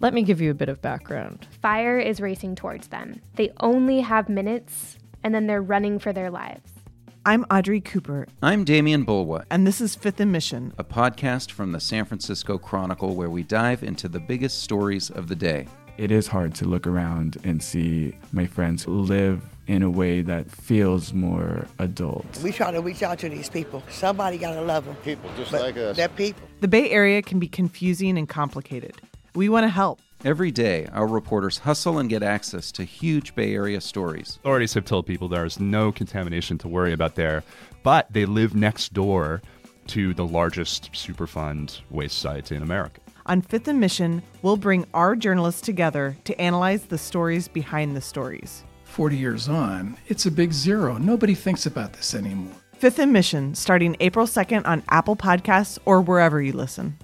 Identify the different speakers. Speaker 1: Let me give you a bit of background.
Speaker 2: Fire is racing towards them. They only have minutes, and then they're running for their lives.
Speaker 3: I'm Audrey Cooper,
Speaker 4: I'm Damian Bulwa,
Speaker 3: and this is Fifth Emission.
Speaker 4: a podcast from the San Francisco Chronicle where we dive into the biggest stories of the day.
Speaker 5: it is hard to look around and see my friends live in a way that feels more adult.
Speaker 6: We try to reach out to these people. Somebody gotta love them. People just like us. They're people.
Speaker 3: The Bay Area can be confusing and complicated. We want to help.
Speaker 4: Every day, our reporters hustle and get access to huge Bay Area stories.
Speaker 7: authorities have told people there is no contamination to worry about there, but they live next door to the largest Superfund waste site in America.
Speaker 3: On Fifth Emission, we'll bring our journalists together to analyze the stories behind the stories.
Speaker 8: 40 years on, it's a big zero. Nobody thinks about this anymore.
Speaker 3: Fifth Emission, starting April 2nd on Apple Podcasts or wherever you listen.